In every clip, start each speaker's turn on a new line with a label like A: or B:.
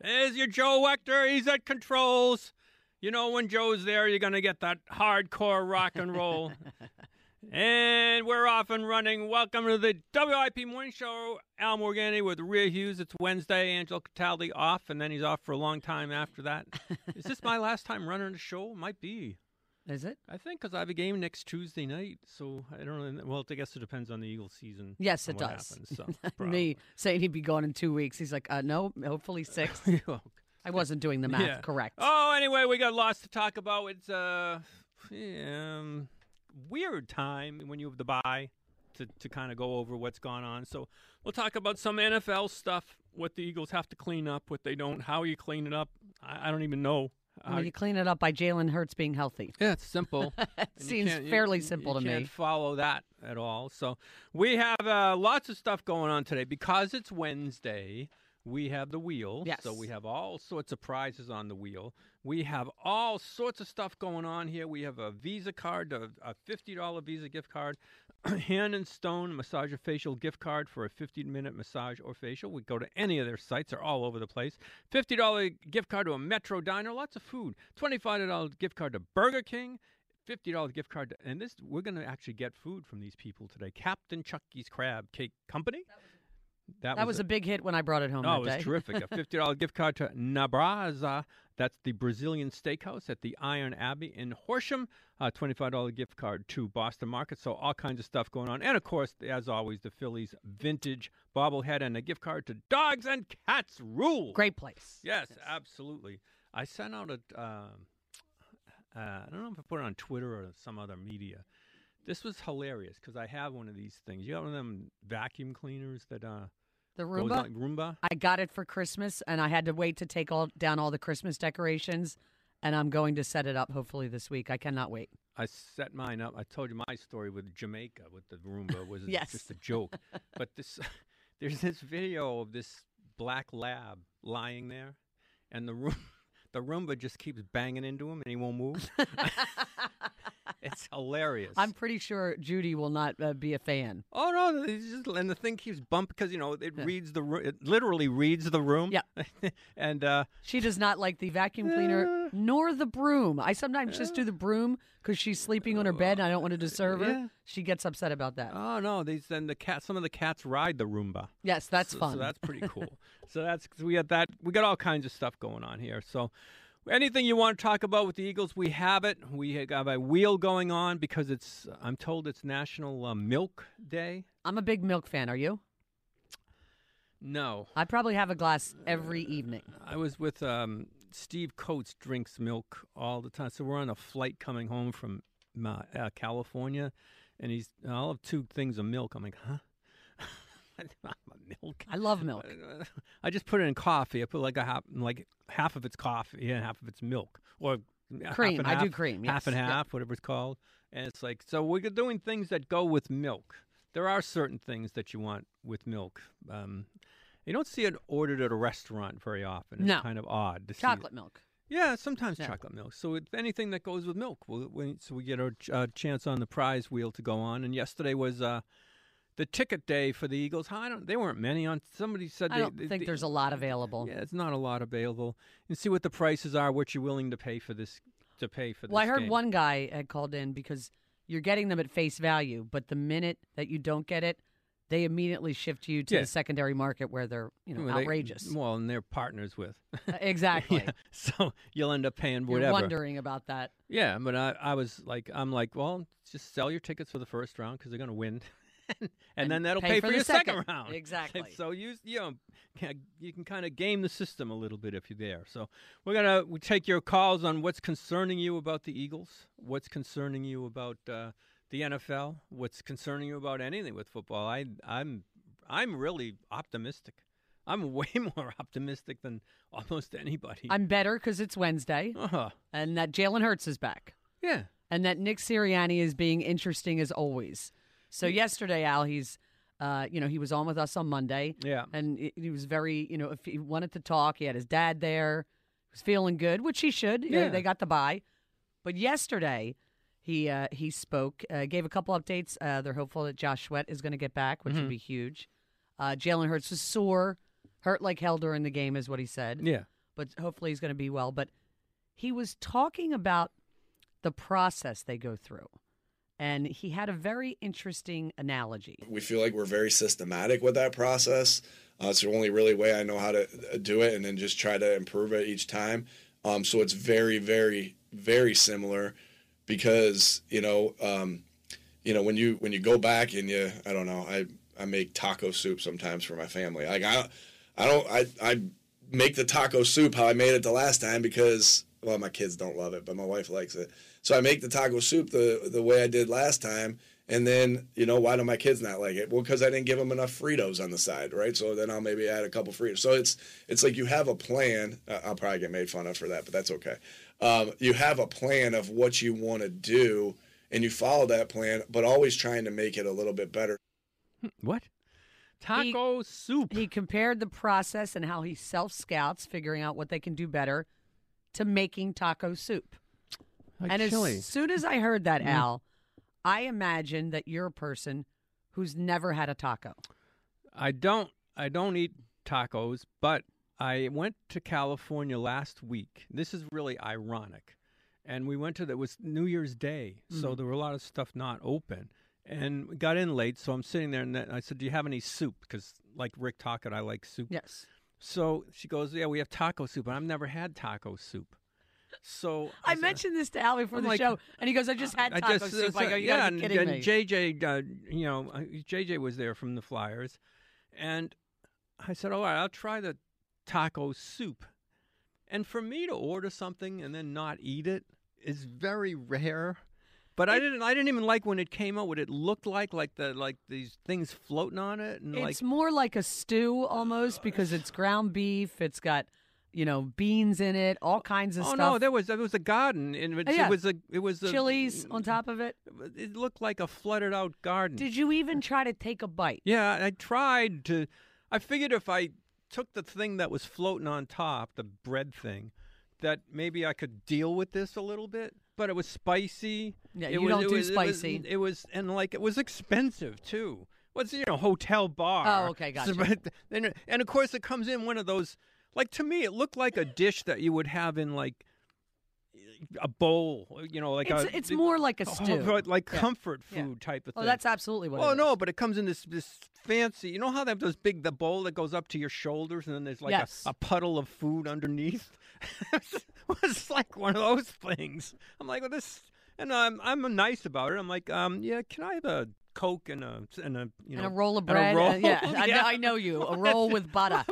A: There's your Joe Ector. He's at controls. You know, when Joe's there, you're going to get that hardcore rock and roll. and we're off and running. Welcome to the WIP Morning Show. Al Morgani with Rhea Hughes. It's Wednesday. Angelo Cataldi off, and then he's off for a long time after that. Is this my last time running the show? Might be.
B: Is it?
A: I think because I have a game next Tuesday night, so I don't know. Well, I guess it depends on the Eagles season.
B: Yes,
A: and
B: it
A: what
B: does.
A: Happens, so,
B: Me
A: probably.
B: saying he'd be gone in two weeks. He's like, uh, no, hopefully six.
A: Oh,
B: I wasn't doing the math
A: Yeah.
B: correct.
A: Oh, anyway, we got lots to talk about. It's a um, weird time when you have the bye to, to kind of go over what's gone on. So we'll talk about some NFL stuff, what the Eagles have to clean up, what they don't, how you clean it up. I, I don't even know.
B: Well,
A: how-
B: you clean it up by Jalen Hurts being healthy.
A: yeah, it's simple.
B: It
A: And you
B: seems
A: can't- you-
B: fairly
A: you-
B: simple
A: you
B: to
A: can't
B: me.
A: follow that at all. So we have uh, lots of stuff going on today because it's Wednesday. We have the wheel,
B: Yes.
A: so we have all sorts of prizes on the wheel. We have all sorts of stuff going on here. We have a Visa card, a, a fifty dollar Visa gift card, Hand and Stone massage or facial gift card for a fifty minute massage or facial. We go to any of their sites; they're all over the place. Fifty dollar gift card to a Metro diner, lots of food. Twenty five dollar gift card to Burger King fifty dollar gift card, to- and this we're going to actually get food from these people today. Captain Chucky's Crab Cake Company.
B: That was a big hit when I brought it home.
A: no,
B: that
A: it was
B: day.
A: terrific. A fifty dollar gift card to Nabraza. That's the Brazilian steakhouse at the Iron Abbey in Horsham. A twenty-five dollar gift card to Boston Market. So all kinds of stuff going on, and of course, as always, the Phillies vintage bobblehead and a gift card to Dogs and Cats Rule.
B: Great place.
A: Yes, absolutely. I sent out a. um uh, I don't know if I put it on Twitter or some other media. This was hilarious because I have one of these things. You got one of them vacuum cleaners that uh,
B: The
A: goes
B: Roomba.
A: on Roomba.
B: I got it for Christmas, and I had to wait to take all down all the Christmas decorations, and I'm going to set it up hopefully this week. I cannot wait.
A: I set mine up. I told you my story with Jamaica with the Roomba was
B: Yes.
A: just a joke. but this, there's this video of this black lab lying there, and the room, the Roomba just keeps banging into him and he won't move. it's hilarious.
B: I'm pretty sure Judy will not uh, be a fan.
A: Oh no! It's just, and the thing keeps bumping because you know it reads the ru- it literally reads the room.
B: Yeah.
A: and uh,
B: She does not like the vacuum cleaner nor the broom. I sometimes just
A: Uh.
B: do the broom because she's sleeping on her bed and I don't want to disturb her.
A: yeah.
B: She gets upset about that.
A: oh no! These then the cat some of the cats ride the Roomba.
B: yes, that's
A: so,
B: fun.
A: So that's pretty cool. so that's 'cause we got that. We got all kinds of stuff going on here. So anything you want to talk about with the Eagles, we have it. We have a wheel going on because it's. I'm told it's National uh, Milk Day.
B: I'm a big milk fan. Are you?
A: No,
B: I probably have a glass every evening.
A: I was with um, Steve Coates drinks milk all the time. So we're on a flight coming home from my, uh, California, and he's I'll have two things of milk. I'm like, huh? milk.
B: I love milk.
A: I just put it in coffee. I put like a half, like half of it's coffee and half of it's milk, or half
B: Cream.
A: and
B: I do
A: half,
B: cream,
A: Half and
B: yes. Yep.
A: half, whatever it's called. And it's like so we're doing things that go with milk. There are certain things that you want with milk. Um, you don't see it ordered at a restaurant very often. It's
B: No.
A: kind of odd. To see it.
B: Chocolate milk.
A: Yeah, sometimes
B: Yeah.
A: chocolate milk. So it, anything that goes with milk, we'll, we, so we get our ch- uh, chance on the prize wheel to go on. And yesterday was uh, the ticket day for the Eagles. How- I don't. They weren't many on. Somebody said.
B: I
A: they-
B: don't
A: they-
B: think
A: they-
B: there's a lot available.
A: Yeah, it's not a lot available. And see what the prices are. What you're willing to pay for this. To pay for.
B: Well, I
A: this
B: heard
A: game.
B: one guy had called in because you're getting them at face value, but the minute that you don't get it, they immediately shift you to
A: Yeah.
B: the secondary market where they're you know
A: Well, they-
B: outrageous.
A: well, and they're partners with.
B: exactly.
A: Yeah, so you'll end up paying
B: You're
A: whatever.
B: wondering about that.
A: Yeah, but I, I was like, I'm like, well, just sell your tickets for the first round because they're going to win, and,
B: And
A: then that'll
B: pay
A: pay,
B: for
A: for,
B: the
A: your second,
B: second.
A: round.
B: Exactly.
A: So you you know can- you can kind of game the system a little bit if you're there. So we're gonna we take your calls on what's concerning you about the Eagles, what's concerning you about uh, the NFL, what's concerning you about anything with football. I I'm I'm really optimistic. I'm way more optimistic than almost anybody.
B: I'm better because it's Wednesday,
A: uh-huh.
B: and that Jalen Hurts is back,
A: yeah.
B: and that Nick Sirianni is being interesting as always. So yesterday, Al, he's, uh, you know, he was on with us on Monday,
A: Yeah.
B: and he- he was very, you know, if he wanted to talk, he had his dad there, he was feeling good, which he should. You know,
A: Yeah.
B: they got the buy, but yesterday. He, uh, he spoke, uh, gave a couple updates. Uh, they're hopeful that Josh Sweat is going to get back, which would
A: Mhm.
B: be huge. Uh, Jalen Hurts was sore, hurt like hell during the game, is what he said.
A: Yeah.
B: but hopefully he's going to be well. But he was talking about the process they go through. And he had a very interesting analogy.
C: We feel like we're very systematic with that process. Uh, it's the only really way I know how to uh, do it, and then just try to improve it each time. Um, so it's very, very, very similar, because you know, um, you know, when you when you go back and you, I don't know, I I make taco soup sometimes for my family. Like I, I don't, I I make the taco soup how I made it the last time because well, my kids don't love it, but my wife likes it. So I make the taco soup the the way I did last time, and then you know why do my kids not like it? Well, because I didn't give them enough Fritos on the side, right? So then I'll maybe add a couple Fritos. So it's it's like you have a plan. Uh, I'll probably get made fun of for that, but that's okay. Um, you have a plan of what you want to do, and you follow that plan, but always trying to make it a little bit better.
A: Hmm, What? Taco soup.
B: He compared the process and how he self scouts, figuring out what they can do better, to making taco soup.
A: Like
B: and
A: chili. Mm-hmm.
B: as soon as I heard that, Al, I imagine that you're a person who's never had a taco.
A: I don't I don't eat tacos, but I went to California last week. This is really ironic. And we went to the, it was New Year's Day, so there were a lot of stuff not open. And we got in late, so I'm sitting there and then I said, "Do you have any soup?" Because like Rick Tockett, I like soup.
B: Yes.
A: So she goes, "Yeah, we have taco soup," and I've never had taco soup. So
B: I
A: said-
B: mentioned this to Al before
A: I'm
B: the
A: like,
B: show, and he goes, I just had
A: I
B: taco
A: just-
B: soup. I
A: so-
B: go, you
A: yeah,
B: gotta be
A: and,
B: kidding
A: and
B: me.
A: JJ, uh, you know, uh, JJ was there from the Flyers, and I said, "All right, I'll try the taco soup." And for me to order something and then not eat it is very rare. But I didn't. I didn't even like when it came out. What it looked like, like the like these things floating on it, and like
B: It's more like a stew almost because it's ground beef. It's got, you know, beans in it, all kinds of
A: oh
B: stuff.
A: no, there was there was a garden, and it,
B: Oh, yeah.
A: it was a it was a, Mm,
B: chilies on top of it.
A: It looked like a flooded out garden.
B: Did you even try to take a bite?
A: Yeah, I tried to. I figured if I took the thing that was floating on top, the bread thing, that maybe I could deal with this a little bit. But it was spicy.
B: Yeah,
A: it
B: you
A: was,
B: don't
A: it
B: do
A: was- it was-
B: spicy.
A: It was, and like it was expensive too. What's you know hotel bar?
B: Oh, okay,
A: So,
B: gotcha.
A: but then it- and of course it comes in one of those. Like to me, it looked like a dish that you would have in like a bowl. You know, like
B: it's,
A: a,
B: it's more like a
A: oh,
B: stew.
A: but like
B: Yeah.
A: comfort
B: Yeah.
A: food type of
B: Oh,
A: thing.
B: that's absolutely what.
A: Oh
B: it is.
A: no, but it comes in this this fancy. You know how they have those big the bowl that goes up to your shoulders, and then there's like
B: Yes.
A: a, a puddle of food underneath. it's like one of those things. I'm like, well, this, and I'm I'm nice about it. I'm like, um, yeah, can I have a coke and a and a you know
B: and a roll of
A: and
B: bread.
A: A roll?
B: uh, yeah, I, know, I know you. A roll with butter.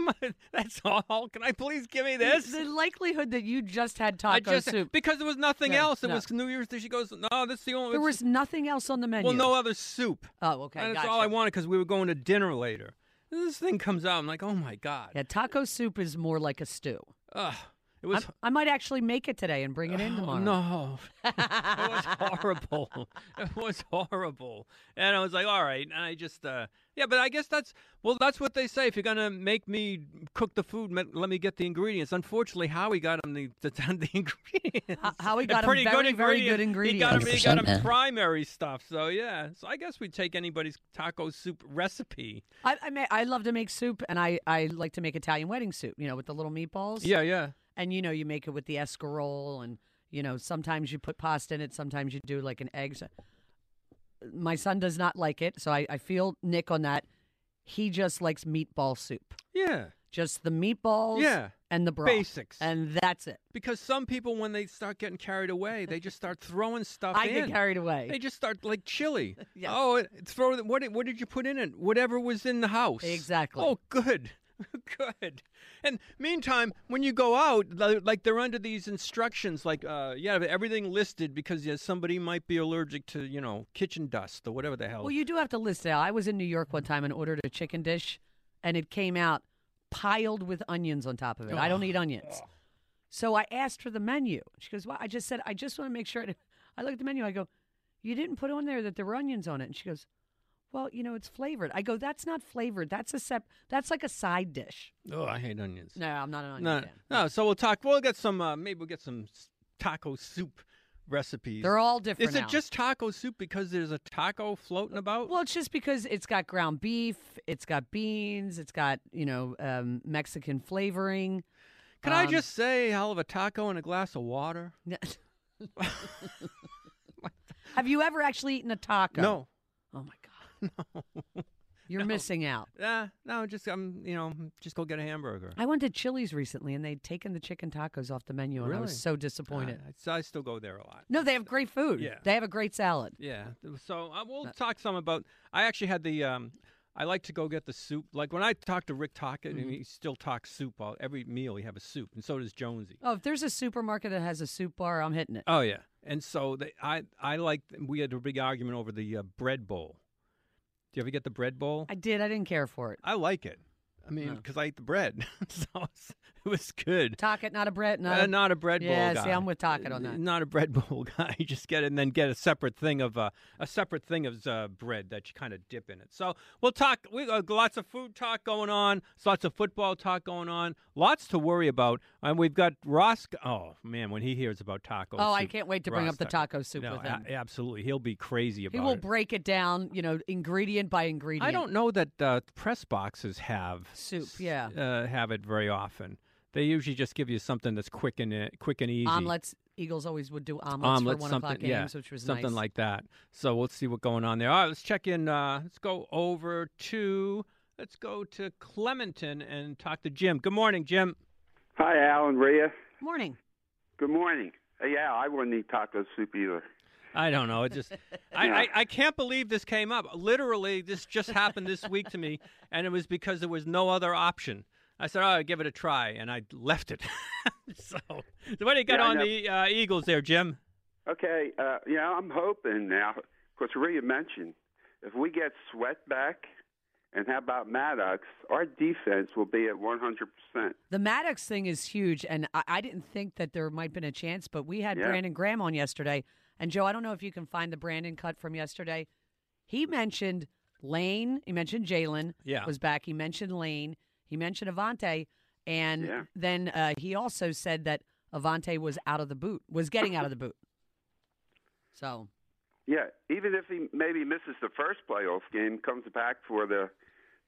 A: That's all. Can I please give me this?
B: The likelihood that you just had taco
A: I just
B: soup.
A: because there was nothing
B: Yeah,
A: else. It
B: no.
A: was New Year's. Day. She goes, no, this is the only.
B: There
A: it's-
B: was nothing else on the menu.
A: well, no other soup.
B: Oh, okay.
A: And that's
B: gotcha.
A: all I wanted because we were going to dinner later. And this thing comes out. I'm like, oh my god.
B: Yeah, taco soup is more like a stew.
A: Ugh. It
B: I'm-
A: was.
B: I might actually make it today and bring it in
A: oh,
B: tomorrow.
A: no, it was horrible. It was horrible, and I was like, "All right." And I just, uh, yeah, but I guess that's well, that's what they say. If you're gonna make me cook the food, me- let me get the ingredients. Unforediately, Howie got him the the, the ingredients.
B: Ho- Howie
A: And
B: got 'em
A: pretty
B: very,
A: good
B: very good
A: He got him. He got
D: 100%,
A: him
D: yeah.
A: primary stuff. So yeah. So I guess we take anybody's taco soup recipe.
B: I I, ma- I love to make soup, and I, I like to make Italian wedding soup. You know, with the little meatballs.
A: Yeah, yeah.
B: And you know, you make it with the escarole, and you know, sometimes you put pasta in it. Sometimes you do like an egg. So- My son does not like it, so I, I feel Nick on that. he just likes meatball soup.
A: Yeah.
B: Just the meatballs
A: Yeah.
B: and the broth.
A: Basics.
B: And that's it.
A: Because some people, when they start getting carried away, they just start throwing stuff
B: I
A: in.
B: get carried away.
A: They just start like chili.
B: Yes.
A: Oh, it- throw the- what? did- What did you put in it? Whatever was in the house.
B: Exactly.
A: Oh, good, good. And meantime, when you go out, li- like they're under these instructions, like uh, yeah, everything listed because yeah, somebody might be allergic to you know kitchen dust or whatever the hell.
B: Well, you do have to list it out. I was in New York one time and ordered a chicken dish, and it came out piled with onions on top of it. I don't eat onions. So I asked for the menu. She goes, Well, I just said, I just want to make sure. I- I look at the menu. I go, You didn't put on there that there were onions on it. And she goes, Well, you know, it's flavored. I go, That's not flavored. That's a sep- That's like a side dish.
A: oh, I hate onions.
B: No, I'm not an onion
A: no,
B: fan.
A: no. So we'll talk. We'll get some. Uh, maybe we'll get some s- taco soup recipes.
B: They're all different.
A: Is it
B: now.
A: just taco soup because there's a taco floating about?
B: Well, it's just because it's got ground beef, it's got beans, it's got you know um, Mexican flavoring.
A: Can I
B: um,
A: just say, hell of a taco and a glass of water?
B: No- Have you ever actually eaten a taco?
A: No.
B: Oh my god. You're missing out.
A: Yeah, no, just um, you know, just go get a hamburger.
B: I went to Chili's recently and they'd taken the chicken tacos off the menu and I
A: Really?
B: was so disappointed.
A: I, so Uh, I still go there a lot.
B: no, they have great food.
A: Yeah.
B: They have a great salad.
A: Yeah. So uh, we'll talk some about. I actually had the. Um, I like to go get the soup. Like when I talk to Rick Tockett,
B: Mm-hmm.
A: and he still talks soup. All, every meal, he have a soup, and so does Jonesy.
B: Oh, if there's a supermarket that has a soup bar, I'm hitting it.
A: Oh yeah, and so they, I I like. We had a big argument over the uh, bread bowl. Do you ever get the bread bowl?
B: I did. I didn't care for it.
A: I like it. I mean,
B: No.
A: because I ate the bread, so it's- it was good.
B: Taco, not a bread,
A: Not
B: not
A: a,
B: a,
A: Uh, not a bread bowl
B: Yeah,
A: guy. Uh,
B: see, I'm with Tockett on that.
A: Not a bread bowl guy. You just get it and then get a separate thing of uh, a separate thing of uh, bread that you kind of dip in it. So we'll talk. We got lots of food talk going on. Lots of football talk going on. Lots to worry about. And we've got Ross. Oh man, when he hears about tacos.
B: Oh, I can't wait to bring up the taco soup
A: no,
B: with him.
A: a- absolutely, he'll be crazy about
B: He will
A: it.
B: break it down, you know, ingredient by ingredient.
A: I don't know that uh, press boxes have
B: Soup,
A: s-
B: yeah.
A: uh, have it very often. They usually just give you something that's quick and uh, quick and easy.
B: Omelets. Eagles always would do omelets, for one o'clock
A: yeah,
B: games, which was
A: something
B: nice.
A: like that. So we'll see what's going on there. All right, let's check in. Uh, let's go over to let's go to Clementon and talk to Jim. Good morning, Jim.
D: Hi, Alan Rhea.
B: morning.
D: Good morning. Uh, Yeah, I wouldn't eat taco soup either.
A: I don't know. It just I,
D: Yeah.
A: I I can't believe this came up. Literally, this just happened this week to me, and it was because there was no other option. I said, "Oh, I'll give it a try," and I left it. so, what do you got
D: Yeah, I
A: on
D: know.
A: the uh, Eagles there, Jim?
D: Okay, uh, yeah, I'm hoping now, because Rhea mentioned, if we get Sweat back, and how about Maddox, our defense will be at 100%.
B: The Maddox thing is huge, and I, I didn't think that there might have been a chance, but we had
D: Yeah.
B: Brandon Graham on yesterday. And Joe, I don't know if you can find the Brandon cut from yesterday. He mentioned Lane. He mentioned Jalen
A: Yeah.
B: was back. He mentioned Lane. He mentioned Avante. And
D: Yeah.
B: then uh, he also said that Avante was out of the boot, was getting out of the boot. So,
D: Yeah, even if he maybe misses the first playoff game, comes back for the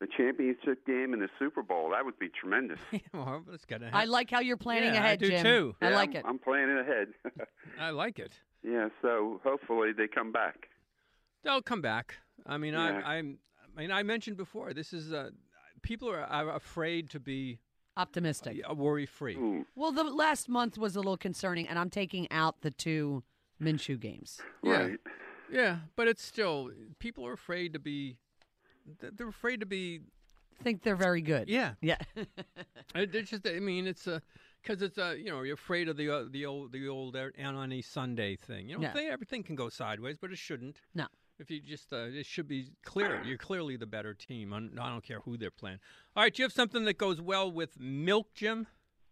D: the championship game and the Super Bowl, that would be tremendous.
A: well, that's gonna.
B: I like how you're planning
A: Uh-huh. Yeah, I
B: ahead,
A: do
B: Jim.
A: too.
B: I
D: Yeah,
B: like
D: I'm-
B: it.
D: I'm planning ahead.
A: I like it.
D: yeah, so hopefully they come back.
A: They'll come back. I mean,
D: Yeah.
A: I, I'm. I mean, I mentioned before. This is uh, people are, are afraid to be
B: Optimistic.
A: worry free.
D: Hmm.
B: Well, the last month was a little concerning, and I'm taking out the two Minshew games.
A: Yeah.
D: Right.
A: Yeah, but it's still people are afraid to be. They're afraid to be.
B: Think they're very good.
A: Yeah,
B: Yeah.
A: I- It's just, I mean, it's a because it's a you know you're afraid of the uh, the old the old er- Anani Sunday thing. You know,
B: Yeah.
A: they, everything can go sideways, but it shouldn't.
B: No.
A: If you just, uh, it should be clear. You're clearly the better team. I don't, I don't care who they're playing. All right, do you have something that goes well with milk, Jim?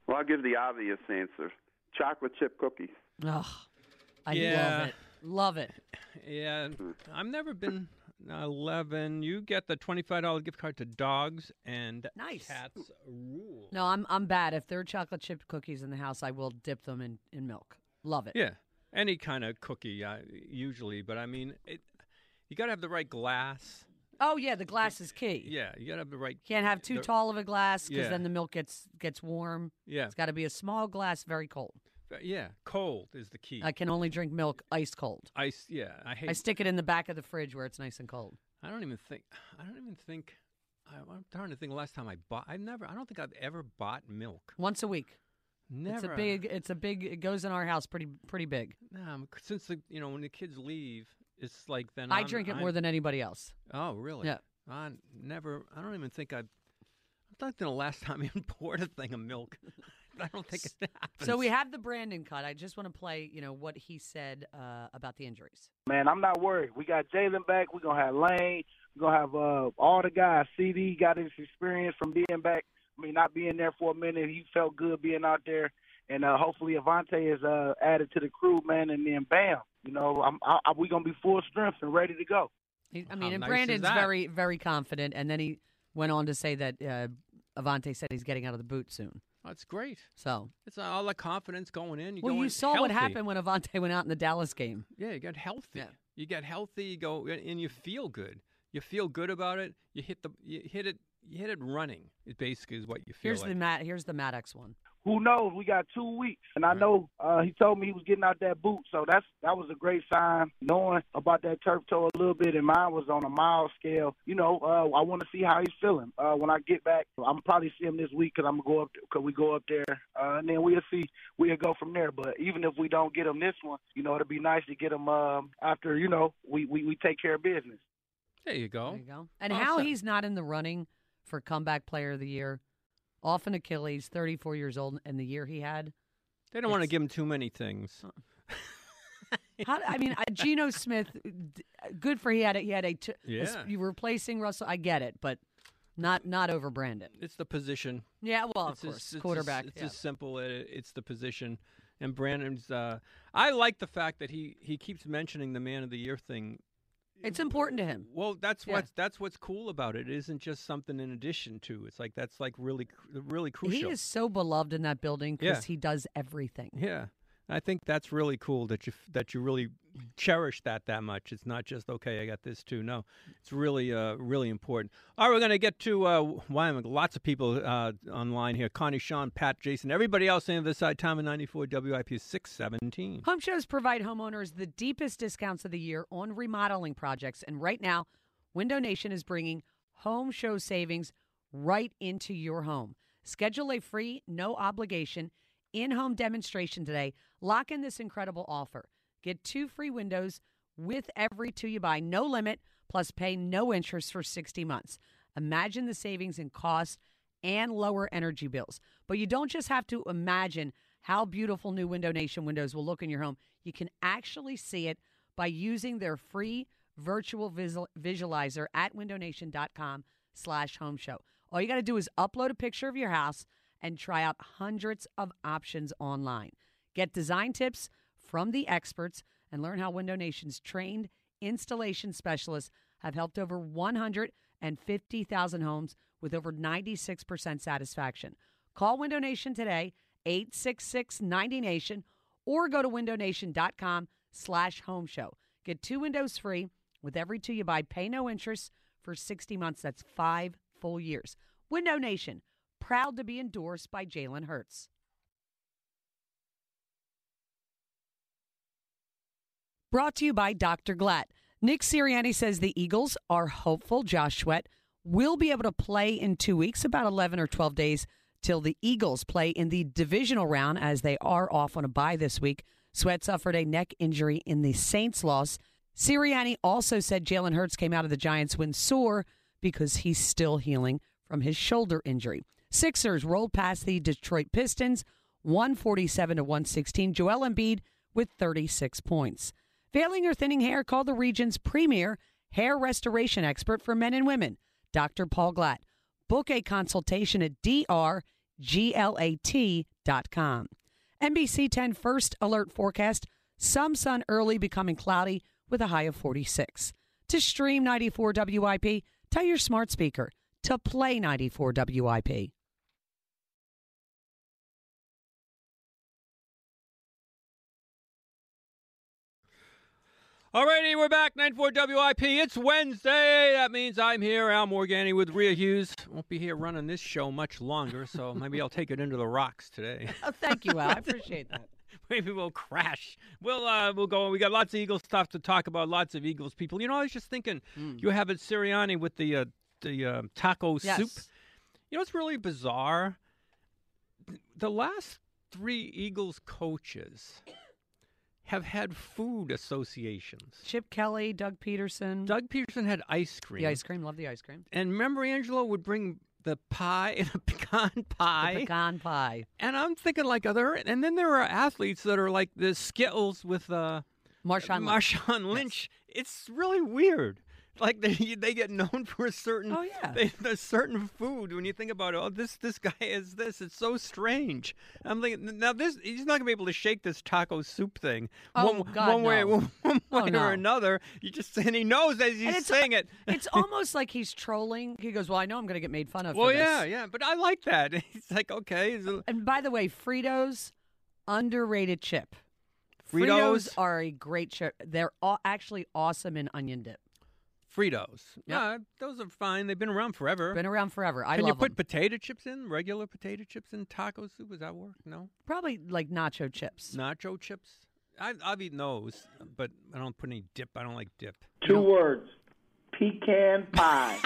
D: Well, I'll give the obvious answer: chocolate chip cookies.
B: Ugh. I
A: Yeah.
B: love it. Love it.
A: Yeah, I've never been eleven. You get the twenty five dollar gift card to dogs and
B: Nice.
A: cats. Rule.
B: No, I'm I'm bad. If there are chocolate chip cookies in the house, I will dip them in, in milk. Love it.
A: Yeah, any kind of cookie, uh, usually. But I mean, it, you got to have the right glass.
B: Oh yeah, the glass is key.
A: Yeah, you got to have the right.
B: Can't have too
A: the-
B: tall of a glass because
A: Yeah.
B: then the milk gets gets warm.
A: Yeah,
B: It's got to be a small glass, very cold.
A: yeah. Cold is the key.
B: I can only drink milk ice cold.
A: Ice. Yeah, I hate.
B: I stick it in the back of the fridge where it's nice and cold.
A: I don't even think. I don't even think. I, I'm trying to think. Last time I bought, I never. I don't think I've ever bought milk.
B: Once a week.
A: Never.
B: It's a big. It's a big. It goes in our house pretty pretty big.
A: Nah, I'm- since the, you know when the kids leave, it's like then
B: I
A: I'm-
B: drink it
A: I'm-
B: more than anybody else.
A: Oh, really?
B: Yeah.
A: I never. I don't even think I. I don't think the last time I even poured a thing of milk. I don't think it happens.
B: So we have the Brandon cut. I just want to play, you know, what he said uh, about the injuries.
E: Man, I'm not worried. We got Jalen back. We're gonna have Lane. We're gonna have uh, all the guys. CD got his experience from being back. I mean, not being there for a minute. He felt good being out there, and uh, hopefully Avante is uh, added to the crew, man. And then bam, you know, I'm, I, I, we gonna be full strength and ready to go.
B: He, I
A: Well,
B: mean,
A: how
B: and
A: nice is
B: Brandon's
A: that?
B: very very confident. And then he went on to say that uh, Avante said he's getting out of the boot soon.
A: That's great.
B: So
A: It's all the confidence going in. You
B: well,
A: go
B: you
A: in
B: saw what
A: healthy.
B: happened when Avante went out in the Dallas game.
A: Yeah, you got healthy.
B: Yeah.
A: You get healthy. You go and and you feel good. You feel good about it. You hit the. You hit it. You hit it running. It basically is what you feel
B: Here's
A: like.
B: the Matt. Here's the Maddox one.
E: Who knows? We got two weeks, and I
A: Right.
E: know uh, he told me he was getting out that boot, so that's that was a great sign. Knowing about that turf toe a little bit, and mine was on a mild scale. You know, uh, I want to see how he's feeling uh, when I get back. I'm probably see him this week because I'm gonna go up because we go up there, uh, and then we'll see we'll go from there. But even if we don't get him this one, you know, it'll be nice to get him um, after you know we, we we take care of business.
A: there you go.
B: There you go. And
A: Oh,
B: how
A: so-
B: he's not in the running for comeback player of the year, off an Achilles, 34 years old, and the year he had.
A: They don't want to
B: It's-
A: give him too many things.
B: How, I mean, uh, Geno Smith, d- uh, good for he had it. He had a. T- a s-
A: Yeah.
B: You were replacing Russell. I get it, but not not over Brandon.
A: It's the position.
B: Yeah, well, Oh, of
A: it's as-
B: course,
A: it's as-
B: quarterback.
A: it's
B: yeah.
A: as simple. It, it's the position. And Brandon's. Uh, I like the fact that he he keeps mentioning the man of the year thing.
B: It's important to him.
A: Well, that's
B: Yeah.
A: what's that's what's cool about it. It isn't just something in addition to. It's like that's like really cr- really crucial.
B: He is so beloved in that building because
A: Yeah.
B: he does everything.
A: Yeah, I think that's really cool that you f- that you really cherish that that much. It's not just okay, I got this too. No, it's really uh, really important. All right, we're gonna get to uh, Wyoming. Lots of people uh, online here: Connie, Sean, Pat, Jason, everybody else on the other side. Time of ninety four WIP six seventeen.
B: Home shows provide homeowners the deepest discounts of the year on remodeling projects. And right now, Window Nation is bringing home show savings right into your home. Schedule a free, no obligation, in home demonstration today. Lock in this incredible offer. Get two free windows with every two you buy, no limit, plus pay no interest for 60 months. Imagine the savings in cost and lower energy bills. But you don't just have to imagine how beautiful new Window Nation windows will look in your home. You can actually see it by using their free virtual visual- visualizer at windownation.com slash home show. All you got to do is upload a picture of your house and try out hundreds of options online. Get design tips from the experts and learn how Window Nation's trained installation specialists have helped over 150,000 homes with over 96% satisfaction. Call Window Nation today, 866-90Nation, or go to windownation.com slash home show. Get two windows free with every two you buy. Pay no interest for 60 months. That's five full years. Window Nation, proud to be endorsed by Jalen Hurts. Brought to you by Dr. Glatt. Nick Sirianni says the Eagles are hopeful Josh Sweat will be able to play in two weeks, about 11 or 12 days till the Eagles play in the divisional round as they are off on a bye this week. Sweat suffered a neck injury in the Saints loss. Sirianni also said Jalen Hurts came out of the Giants win sore because he's still healing from his shoulder injury. Sixers rolled past the Detroit Pistons 147 to 116. Joel Embiid with 36 points. Veiling or thinning hair, call the region's premier hair restoration expert for men and women, Dr. Paul Glatt. Book a consultation at drglat.com. NBC 10 first alert forecast some sun early, becoming cloudy with a high of 46. To stream 94 WIP, tell your smart speaker to play 94 WIP.
A: Alrighty, we're back. 94 WIP. It's Wednesday. That means I'm here, Al Morgani, with Rhea Hughes. Won't be here running this show much longer, so maybe I'll take it into the rocks today.
B: Oh, thank you, Al. I appreciate that.
A: Maybe we'll crash. We'll uh, we'll go. We got lots of Eagles stuff to talk about. Lots of Eagles people. You know, I was just thinking, you have it Sirianni with the uh, the um, taco
B: Mm. Yes.
A: soup. You know, it's really bizarre. The last three Eagles coaches have had food associations.
B: Chip Kelly, Doug Peterson.
A: Doug Peterson had ice cream.
B: The ice cream. Love the ice cream.
A: And remember, Angelo would bring the pie and a pecan pie.
B: the pecan pie.
A: And I'm thinking, like, other, and then there are athletes that are like the Skittles with uh,
B: Marshawn. Lynch.
A: Marshawn Lynch. It's really weird. Like they they get known for a certain
B: Oh, yeah.
A: they, a certain food. When you think about it, oh this this guy is this. It's so strange. I'm thinking now this he's not gonna be able to shake this taco soup thing.
B: Oh,
A: one
B: God,
A: one way
B: no.
A: one, one
B: Oh,
A: way
B: no.
A: or another. You just and he knows as
B: And
A: he's
B: it's-
A: saying it.
B: it's almost like he's trolling. He goes, "Well, I know I'm going to get made fun of."
A: Well,
B: for this."
A: yeah, yeah. But I like that. It's like okay, it's a-
B: And by the way, Fritos underrated chip.
A: Fritos,
B: are a great chip. They're all actually awesome in onion dip.
A: Fritos. Yeah, those are fine. They've been around forever.
B: Been around forever. I
A: Can
B: love
A: you put
B: them.
A: potato chips in? Regular potato chips in taco soup? Does that work? No.
B: Probably like nacho chips.
A: Nacho chips? I, I've eaten those, but I don't put any dip. I don't like dip.
F: Two words. Pecan pie.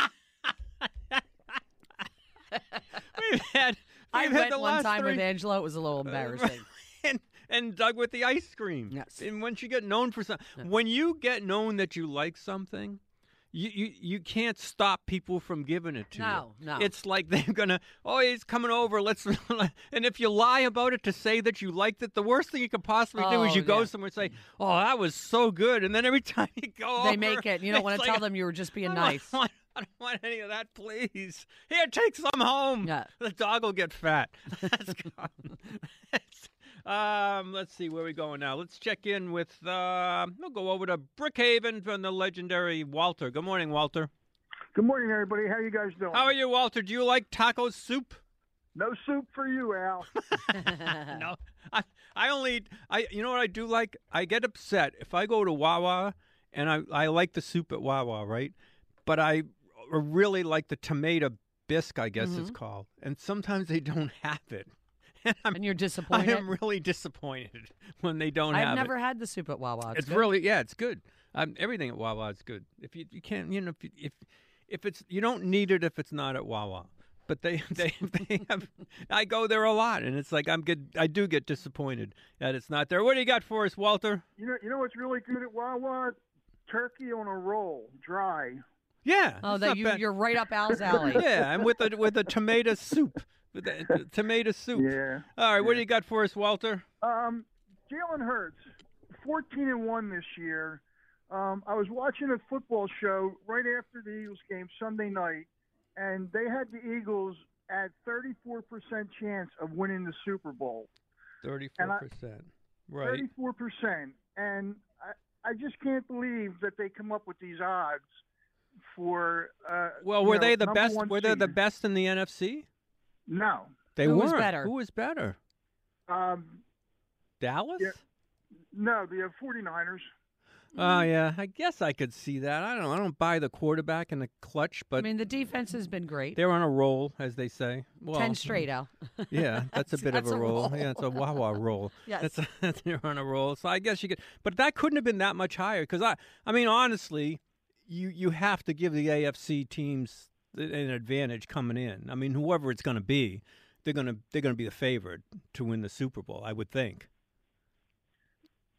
A: We've had.
B: I
A: we've had
B: went
A: the
B: one
A: last
B: time
A: three,
B: with Angelo. It was a little embarrassing.
A: and, and Doug with the ice cream.
B: Yes.
A: And once you get known for something, when you get known that you like something, you, you, you can't stop people from giving it to
B: No,
A: you.
B: no.
A: It's like they're gonna, oh, he's coming over. Let's, and if you lie about it to say that you liked it, the worst thing you could possibly do
B: Oh,
A: is you go
B: yeah.
A: somewhere and say, oh, that was so good, and then every time you go,
B: they
A: over,
B: make it. You don't
A: it's
B: want to
A: like
B: tell
A: a-
B: them you were just being
A: I
B: nice.
A: Don't want, I don't want any of that, please. Here, take some home.
B: Yeah.
A: The dog will get fat. That's gone. um, let's see where we going now. Let's check in with. Uh, we'll go over to Brookhaven from the legendary Walter. Good morning, Walter.
G: Good morning, everybody. How you guys doing?
A: How are you, Walter? Do you like taco soup?
G: No soup for you, Al.
A: No, I I only eat- I you know what I do like? I get upset if I go to Wawa and I I like the soup at Wawa, right? But I uh, really like the tomato bisque, I guess
B: Mm-hmm.
A: it's called. And sometimes they don't have it. And I'm
B: and you're
A: I
B: disappointed.
A: am really disappointed when they don't
B: I've
A: have
B: never
A: it.
B: had the soup at Wawa.
A: It's
B: good.
A: really yeah, it's good. Um, everything at Wawa is good. If you you can't you know if you, if if it's you don't need it if it's not at Wawa. But they they, they have I go there a lot and it's like I'm get I do get disappointed that it's not there. What do you got for us, Walter?
G: You know, you know what's really good at Wawa? Turkey on a roll, dry.
A: Yeah.
B: Oh,
A: it's
B: that
A: not
B: you,
A: bad.
B: you're right up Al's alley.
A: Yeah, and with a with a tomato soup. With a, tomato soup.
G: Yeah.
A: All right, what do you got for us, Walter?
G: Um, Jalen Hurts, fourteen and one this year. Um, I was watching a football show right after the Eagles game Sunday night, and they had the Eagles at thirty-four percent chance of winning the Super Bowl.
A: Thirty
G: And I-
A: four percent. Right.
G: Thirty-four percent, and I, I just can't believe that they come up with these odds for. Uh,
A: Well,
G: you
A: were
G: know,
A: they the
G: number
A: best
G: one
A: were they the
G: seed.
A: best in the NFC?
G: No.
A: They
B: Who
A: were
B: was better?
A: Who was better?
G: Um,
A: Dallas?
G: Yeah. No, the uh, 49ers.
A: Oh
B: Mm-hmm.
A: yeah, I guess I could see that. I don't. I don't buy the quarterback and the clutch,
B: I
A: but
B: mean, the defense has been great.
A: they're on a roll, as they say. Well,
B: Ten straight, Al.
A: Yeah, that's a bit
B: That's a
A: of a roll.
B: roll.
A: Yeah, it's a Wawa roll.
B: Yes.
A: that's they're on a roll. So I guess you could, but that couldn't have been that much higher because I. I mean, honestly, you you have to give the AFC teams an advantage coming in. I mean, whoever it's going to be, they're gonna they're gonna be the favorite to win the Super Bowl. I would think.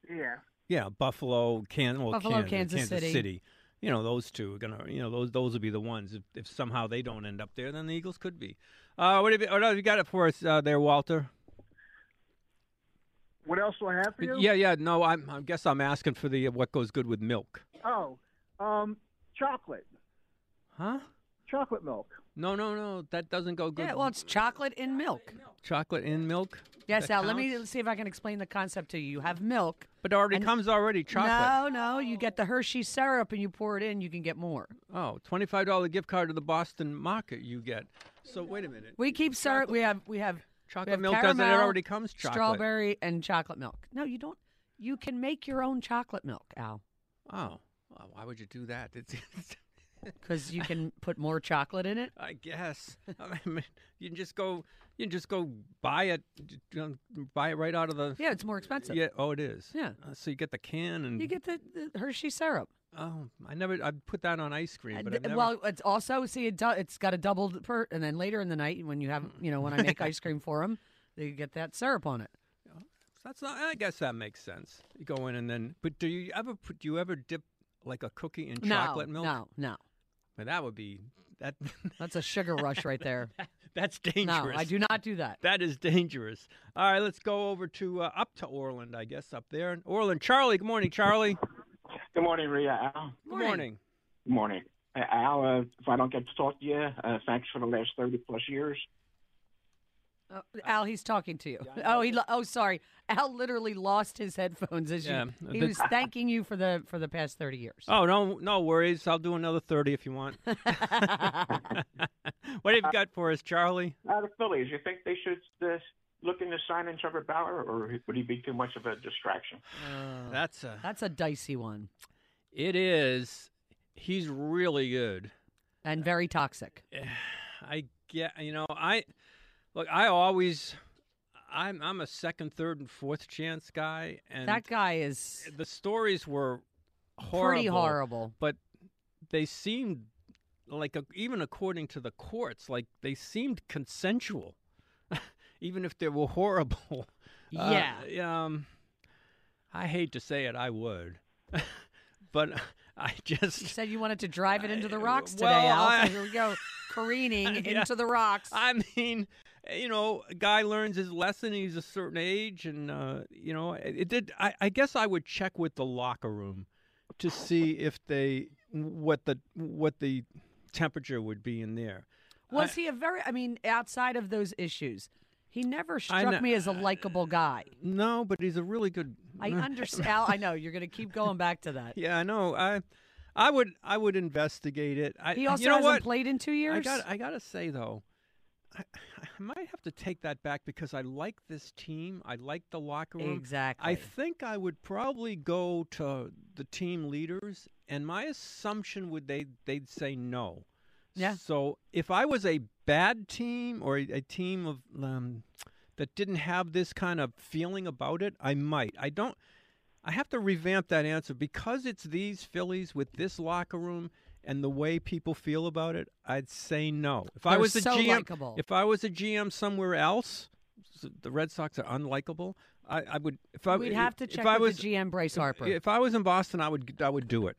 G: Yeah.
A: Yeah, Buffalo, Can- well,
B: Buffalo,
A: Kansas,
B: Kansas City.
A: You know, those two are gonna. You know, those those will be the ones. If, if somehow they don't end up there, then the Eagles could be. Uh, what have you? Oh no, you got it for us uh, there, Walter.
G: What else do I have for you?
A: Yeah, yeah. No, I'm, I guess I'm asking for the uh, what goes good with milk.
G: Oh, um, chocolate.
A: Huh?
G: Chocolate milk.
A: No, no, no. That doesn't go good.
B: Yeah, well, it's chocolate in milk.
A: chocolate in milk.
B: Yes,
A: That
B: Al. Let me
A: counts?
B: see if I can explain the concept to you. You have milk.
A: But it already
B: And-
A: comes already chocolate.
B: No, no. You get the Hershey syrup and you pour it in. You can get more.
A: Oh, twenty-five dollar gift card to the Boston Market you get. So wait a minute.
B: We keep syrup. We have we have we
A: Chocolate
B: have
A: milk doesn't- it
B: caramel,
A: already comes chocolate.
B: strawberry and chocolate milk. No, you don't. You can make your own chocolate milk, Al,
A: Oh, well, why would you do that? It's
B: because you can put more chocolate in it.
A: I guess. I mean, you can just go. You can just go buy it. you know, Buy it right out of the.
B: Yeah, it's more expensive.
A: Yeah. Oh, it is.
B: Yeah.
A: Uh, so you get the can and
B: You get the, the Hershey syrup.
A: Oh, I never. I put that on ice cream,
B: Uh,
A: but
B: th-
A: I've never,
B: Well, it's also see it. Do, it's got a doubled per, and then later in the night when you have
A: Hmm.
B: you know when I make ice cream for them, they get that syrup on it.
A: that's not. I guess that makes sense. You go in and then. But do you ever put? Do you ever dip like a cookie in
B: no,
A: chocolate milk?
B: no, no.
A: But that would be that.
B: That's a sugar rush right there.
A: that's dangerous.
B: No, I do not do that.
A: That is dangerous. All right, let's go over to uh, up to Orland, I guess, up there. Orland, Charlie. Good morning, Charlie.
H: Good morning, Rhea. Al.
A: Good morning.
H: Good morning. Uh, Al, uh, if I don't get to talk to you, uh, thanks for the last 30 plus years.
B: Uh, Al, he's talking to you. oh, he. lo- Oh, sorry. Al literally lost his headphones as
A: Yeah,
B: you.
A: a
B: He
A: bit-
B: was thanking you for the for the past thirty years.
A: Oh no, no worries. I'll do another thirty if you want. what have you got for us, Charlie?
H: Uh, the Phillies, you think they should uh, look into signing Trevor Bauer, or would he be too much of a distraction?
B: Uh,
A: That's a.
B: that's a dicey one
A: It is. He's really good.
B: and very toxic.
A: I get you know I look I always I'm I'm a second third and fourth chance guy and
B: that guy is
A: the stories were horrible
B: pretty horrible.
A: but they seemed like a, even according to the courts like they seemed consensual even if they were horrible
B: yeah.
A: uh, um I hate to say it I would but I
B: You
A: just
B: said you wanted to drive it into the
A: I-
B: rocks today,
A: well,
B: Al.
A: I-
B: So here we go, careening
A: Yeah.
B: into the rocks.
A: I mean, you know, a guy learns his lesson. He's a certain age, and uh, you know, it, it did. I, I guess I would check with the locker room to see if they what the what the temperature would be in there.
B: Was he a very? I mean, outside of those issues, he never
A: I
B: struck
A: kn-
B: me as a likable guy.
A: No, but he's a really good.
B: I understand. Al, I know you're going to keep going back to that.
A: Yeah, I know. I I would I would investigate it. I,
B: He also
A: you know
B: hasn't
A: what?
B: played in two years.
A: I got I gotta say though, I, I might have to take that back because I like this team. I like the locker room.
B: exactly.
A: I think I would probably go to the team leaders, and my assumption would they they'd say no.
B: Yeah.
A: So if I was a bad team or a, a team of um, that didn't have this kind of feeling about it, I might. I don't. I have to revamp that answer because it's these Phillies with this locker room and the way people feel about it. I'd say no. If I
B: They're
A: was a
B: so
A: GM,
B: likable.
A: if I was a GM somewhere else, s- the Red Sox are unlikable. I, I would if I
B: We'd have to
A: if
B: check
A: I
B: with
A: was
B: the GM Bryce Harper.
A: if I was in Boston, I would I would do it.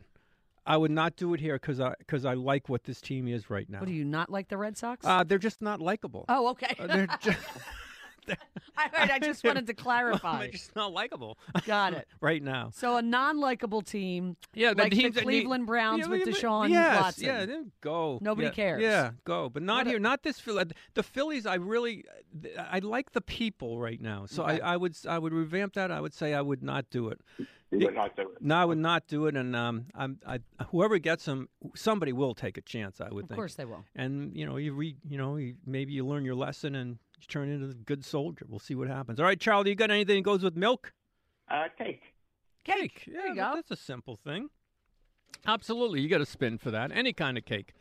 A: I would not do it here because I because I like what this team is right now.
B: what do you not like the Red Sox?
A: Uh, they're just not likable.
B: oh, okay.
A: Uh, they're just,
B: All right, I just wanted to clarify.
A: they're just not likable.
B: Got it.
A: right now.
B: So a non-likable team.
A: Yeah,
B: Like the
A: teams that need-
B: Cleveland Browns
A: Yeah,
B: with
A: yeah, but-
B: Deshaun
A: yes,
B: Watson.
A: Yeah, then go.
B: Nobody
A: Yeah,
B: cares.
A: Yeah, go. But not
B: What a-
A: here. Not this Philly. The Phillies. I really, I like the people right now. So
B: Okay.
A: I, I would, I would revamp that. I would say I would not do it.
H: He
A: Yeah.
H: would not do it.
A: No, I would not do it. And um, I'm, I, whoever gets them, somebody will take a chance. I would
B: Of
A: think.
B: course they will.
A: And you know, you re, you know, you, maybe you learn your lesson and you turn into a good soldier. We'll see what happens. All right, Charlie, you got anything that goes with milk?
H: Uh, cake.
B: Cake.
A: Yeah,
B: There you
A: that-
B: go.
A: That's a simple thing. Absolutely, you got a spin for that. Any kind of cake,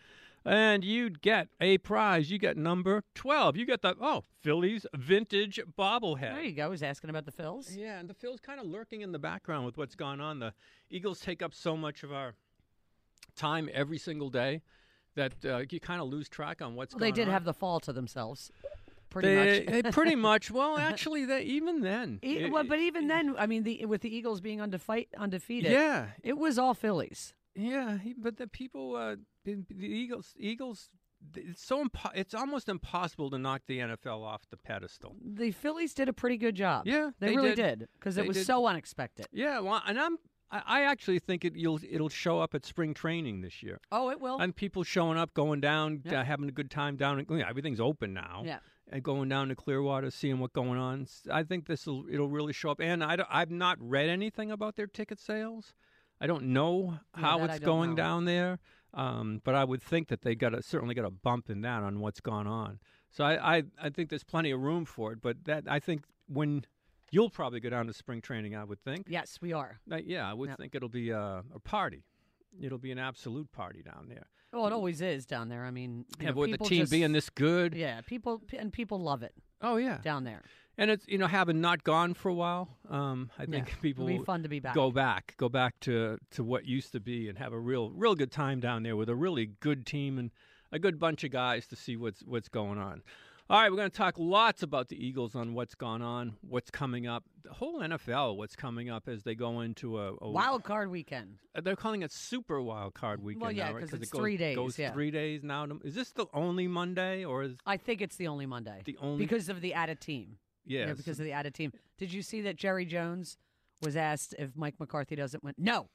A: and you'd get a prize. You get number twelve. You get the oh Phillies vintage bobblehead.
B: There you go. He's asking about the Phils.
A: Yeah, and the Phil's kind of lurking in the background with what's gone on. The Eagles take up so much of our time every single day that uh, you kind of lose track on what's
B: Well, they
A: going
B: did
A: on.
B: have the fall to themselves, pretty much.
A: They- they pretty much. Well, actually, they, even then. eh,
B: E-
A: it-
B: well, but even then, I mean, the, with the Eagles being undefe- undefeated,
A: yeah,
B: it was all Phillies.
A: yeah. he- But the people, uh, the, the Eagles, Eagles. It's so impo- it's almost impossible to knock the NFL off the pedestal.
B: The Phillies did a pretty good job.
A: Yeah,
B: they,
A: they
B: really
A: did.
B: did because
A: They
B: it was
A: did.
B: so unexpected.
A: Yeah, well, and I'm I, I actually think it you'll it'll show up at spring training this year.
B: Oh, it will.
A: and people showing up, going down,
B: Yeah.
A: uh, having a good time down. in- yeah, everything's open now.
B: yeah,
A: And going down to Clearwater, seeing what's going on. S- I think this will it'll really show up. And I have not read anything about their ticket sales. I don't know
B: Yeah,
A: how
B: that I
A: it's
B: don't
A: going
B: know.
A: down there, um, but I would think that they got a, certainly got a bump in that on what's gone on. So I, I, I think there's plenty of room for it. But that I think when you'll probably go down to spring training, I would think.
B: yes, we are.
A: Uh, yeah, I would
B: Yep.
A: think it'll be a, a party. It'll be an absolute party down there.
B: Oh, it always is down there. I mean, you
A: Mm. Yeah,
B: know,
A: with the
B: people
A: team
B: just-
A: being this good.
B: Yeah, people p- and people love it
A: Oh yeah.
B: down there.
A: And it's you know having not gone for a while, um, I think
B: Yeah.
A: people
B: It'll be fun to be back.
A: Go back, go back to to what used to be, and have a real real good time down there with a really good team and a good bunch of guys to see what's what's going on. All right, we're going to talk lots about the Eagles on what's gone on, what's coming up, the whole NFL, what's coming up as they go into a, a
B: Wild card weekend.
A: They're calling it Super Wild Card Weekend.
B: yeah,
A: now, right?
B: 'cause
A: it
B: it's
A: goes,
B: three days,
A: Goes
B: yeah.
A: three days now. Is this the only Monday, or is
B: I think it's the only Monday.
A: The only-
B: because of the added team.
A: yeah?
B: You know,
A: it's-
B: because of the added team. Did you see that Jerry Jones was asked if Mike McCarthy doesn't win? No.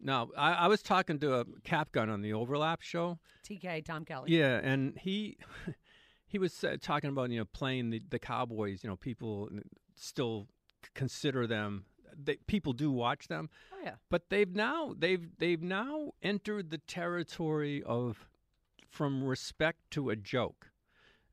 A: No, I, I was talking to a cap gun on the overlap show.
B: TK Tom Kelly.
A: Yeah, and he he was uh, talking about you know playing the, the Cowboys. You know, people still c- consider them. They, people do watch them,
B: Oh yeah.
A: but they've now they've they've now entered the territory of from respect to a joke.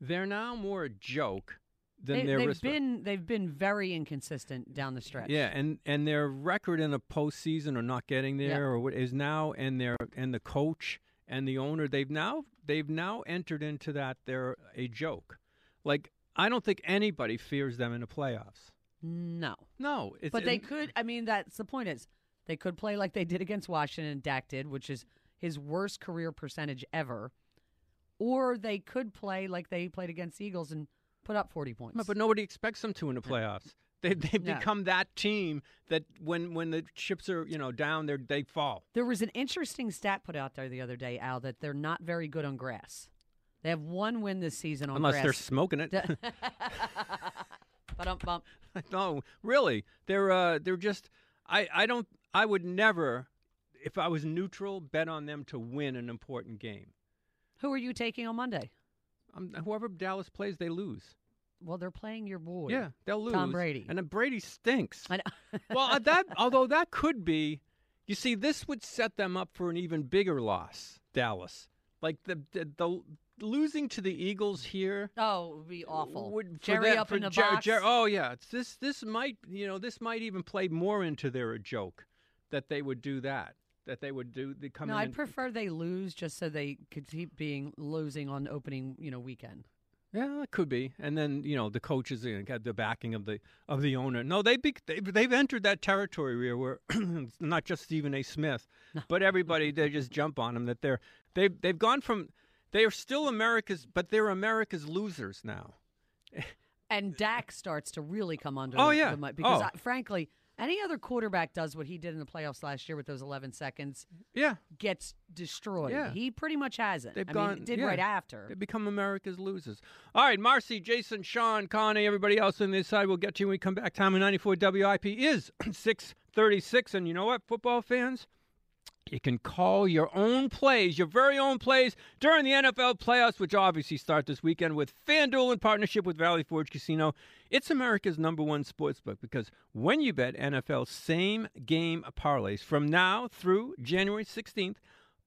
A: They're now more a joke than
B: they,
A: their
B: have
A: respect.
B: been they've been very inconsistent down the stretch.
A: Yeah, and and their record in a postseason or not getting there
B: Yeah.
A: or what is now, and their and the coach and the owner, they've now they've now entered into that they're a joke. Like I don't think anybody fears them in the playoffs.
B: No.
A: No, it's,
B: but they
A: it-
B: could. I mean, that's the point. Is they could play like they did against Washington. and Dak did, which is his worst career percentage ever. Or they could play like they played against the Eagles and put up forty points.
A: No, but nobody expects them to in the playoffs. They they've
B: No.
A: become that team that when when the chips are you know down, they they fall.
B: There was an interesting stat put out there the other day, Al, that they're not very good on grass. They have one win this season on
A: Unless they're
B: grass.
A: smoking it.
B: but um, bump.
A: no, really. They're uh, they're just. I I don't. I would never, if I was neutral, bet on them to win an important game.
B: Who are you taking on Monday?
A: Um, whoever Dallas plays, they lose.
B: Well, they're playing your boy.
A: Yeah, they'll lose.
B: Tom Brady.
A: and then Brady stinks.
B: I know.
A: well, uh, that although that could be, you see, this would set them up for an even bigger loss. Dallas, like the the, the losing to the Eagles here.
B: Oh, it would be awful.
A: Would, for
B: Jerry
A: that-
B: up
A: for
B: in the
A: Jer-
B: box.
A: Jer- oh yeah, it's this this might you know this might even play more into their joke that they would do that that they would do they come
B: no,
A: in.
B: I'd
A: and-
B: prefer they lose just so they could keep being losing on opening, you know, weekend.
A: yeah, it could be. And then you know the coaches you know, got the backing of the of the owner. No, they be, they they've entered that territory where where it's not just Stephen A. Smith, but everybody they just jump on them that they're they've they've gone from they are still America's but they're America's losers now.
B: And Dak starts to really come under.
A: Oh,
B: the,
A: yeah.
B: the mi- because
A: Oh.
B: I, frankly, any other quarterback does what he did in the playoffs last year with those 11 seconds,
A: Yeah,
B: gets destroyed.
A: Yeah.
B: He pretty much has it.
A: They've
B: I
A: gone.
B: mean, it did
A: yeah.
B: right after.
A: They become America's losers. All right, Marcy, Jason, Sean, Connie, everybody else on this side. We'll get to you when we come back. Time of 94 WIP is 636. And you know what, football fans? You can call your own plays, your very own plays during the NFL playoffs, which obviously start this weekend with FanDuel in partnership with Valley Forge Casino. It's America's number one sportsbook because when you bet NFL same game parlays from now through January 16th,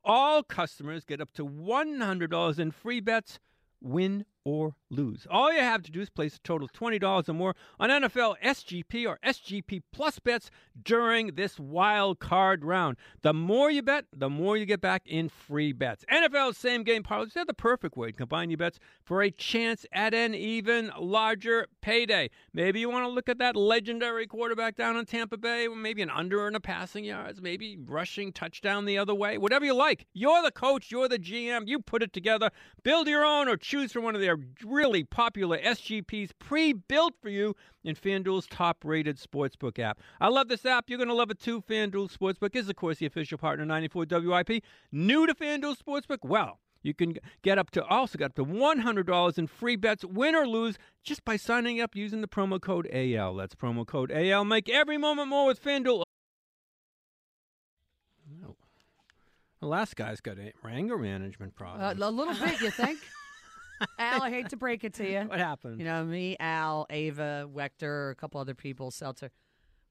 A: all customers get up to $100 in free bets, win or lose. All you have to do is place a total of $20 or more on NFL SGP or SGP Plus bets during this wild card round. The more you bet, the more you get back in free bets. NFL same game parlays, they're the perfect way to combine your bets for a chance at an even larger payday. Maybe you want to look at that legendary quarterback down in Tampa Bay, maybe an under and a passing yards, maybe rushing touchdown the other way, whatever you like. You're the coach, you're the GM, you put it together, build your own, or choose from one of their really popular SGPs pre built for you in FanDuel's top rated sportsbook app. I love this app. You're going to love it too. FanDuel Sportsbook is, of course, the official partner of 94 WIP. New to FanDuel Sportsbook? Well, you can get up to also get up to one hundred dollars in free bets, win or lose, just by signing up using the promo code AL. That's promo code AL. Make every moment more with FanDuel. Oh. The last guy's got a- anger management
B: Uh,
A: problem.
B: a little bit, you think? Al, I hate to break it to you.
A: what happened?
B: You know, me, Al, Ava, Wechter, a couple other people, Seltzer.